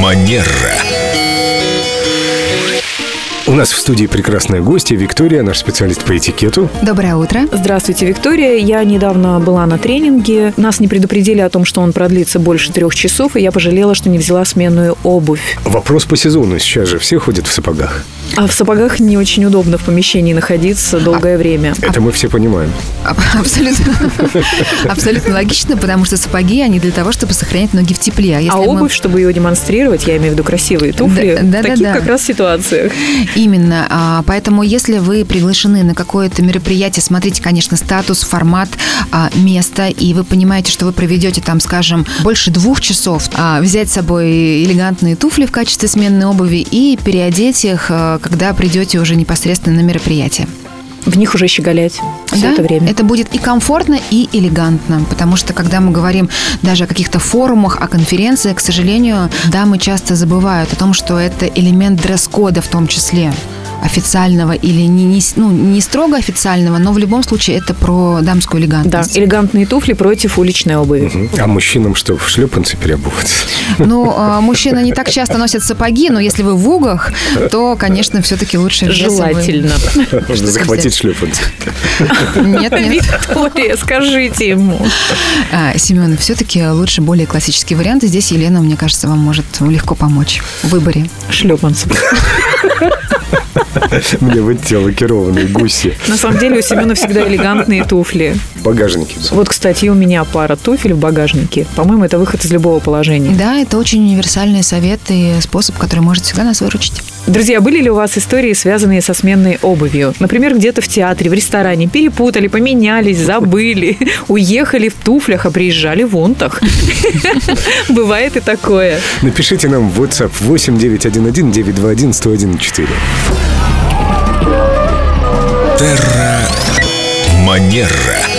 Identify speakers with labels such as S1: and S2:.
S1: Премьера.
S2: У нас в студии прекрасная гостья Виктория, наш специалист по этикету.
S3: Доброе утро.
S4: Здравствуйте, Виктория. Я недавно была на тренинге. Нас не предупредили о том, что он продлится больше трех часов, и я пожалела, что не взяла сменную обувь.
S2: Вопрос по сезону. Сейчас же все ходят в сапогах.
S4: А в сапогах не очень удобно в помещении находиться долгое время. А
S2: Это мы все понимаем.
S3: Аб- Абсолютно, абсолютно логично, потому что сапоги, они для того, чтобы сохранять ноги в тепле. если
S4: А
S3: мы-
S4: обувь, чтобы ее демонстрировать, я имею в виду красивые туфли,
S3: Да, да,
S4: в таких
S3: да, да.
S4: как раз ситуациях.
S3: Именно. А, Поэтому, если вы приглашены на какое-то мероприятие, смотрите, конечно, статус, формат, а, место, и вы понимаете, что вы проведете там, скажем, больше двух часов, а, взять с собой элегантные туфли в качестве сменной обуви и переодеть их, а, когда придете уже непосредственно на мероприятие.
S4: В них уже щеголять все
S3: Да,
S4: это время.
S3: Это будет и комфортно, и элегантно, потому что, когда мы говорим даже о каких-то форумах, о конференциях, к сожалению, дамы часто забывают о том, что это элемент дресс-кода в том числе официального или не, не с- ну, не строго официального, но в любом случае это про дамскую
S4: Да,
S3: элегантность.
S4: элегантные туфли против уличной обуви.
S2: А мужчинам что, в шлепанцы переобуваться?
S3: Ну, э, мужчины не так часто носят сапоги, но если вы в угах, то, конечно, все-таки лучше джинсы вы-
S4: Желательно.
S2: Можно захватить шлепанцы.
S3: Нет, нет.
S4: Виктория, скажите ему.
S3: А, Семен, все-таки лучше более классический вариант. И Здесь Елена, мне кажется, вам может легко помочь в выборе.
S4: Шлепанцы.
S2: Мне вот те лакированные гуси.
S4: На самом деле у Семена всегда элегантные туфли.
S2: Багажники.
S4: Вот, кстати, и у меня пара туфель в багажнике. По-моему, это выход из любого положения.
S3: Да, это очень универсальный совет и способ, который может всегда нас выручить.
S4: Друзья, были ли у вас истории, связанные со сменной обувью? Например, где-то в театре, в ресторане перепутали, поменялись, забыли, уехали в туфлях, а приезжали в унтах. Бывает и такое.
S2: Напишите нам в WhatsApp 8911 921 1014.
S1: Манера.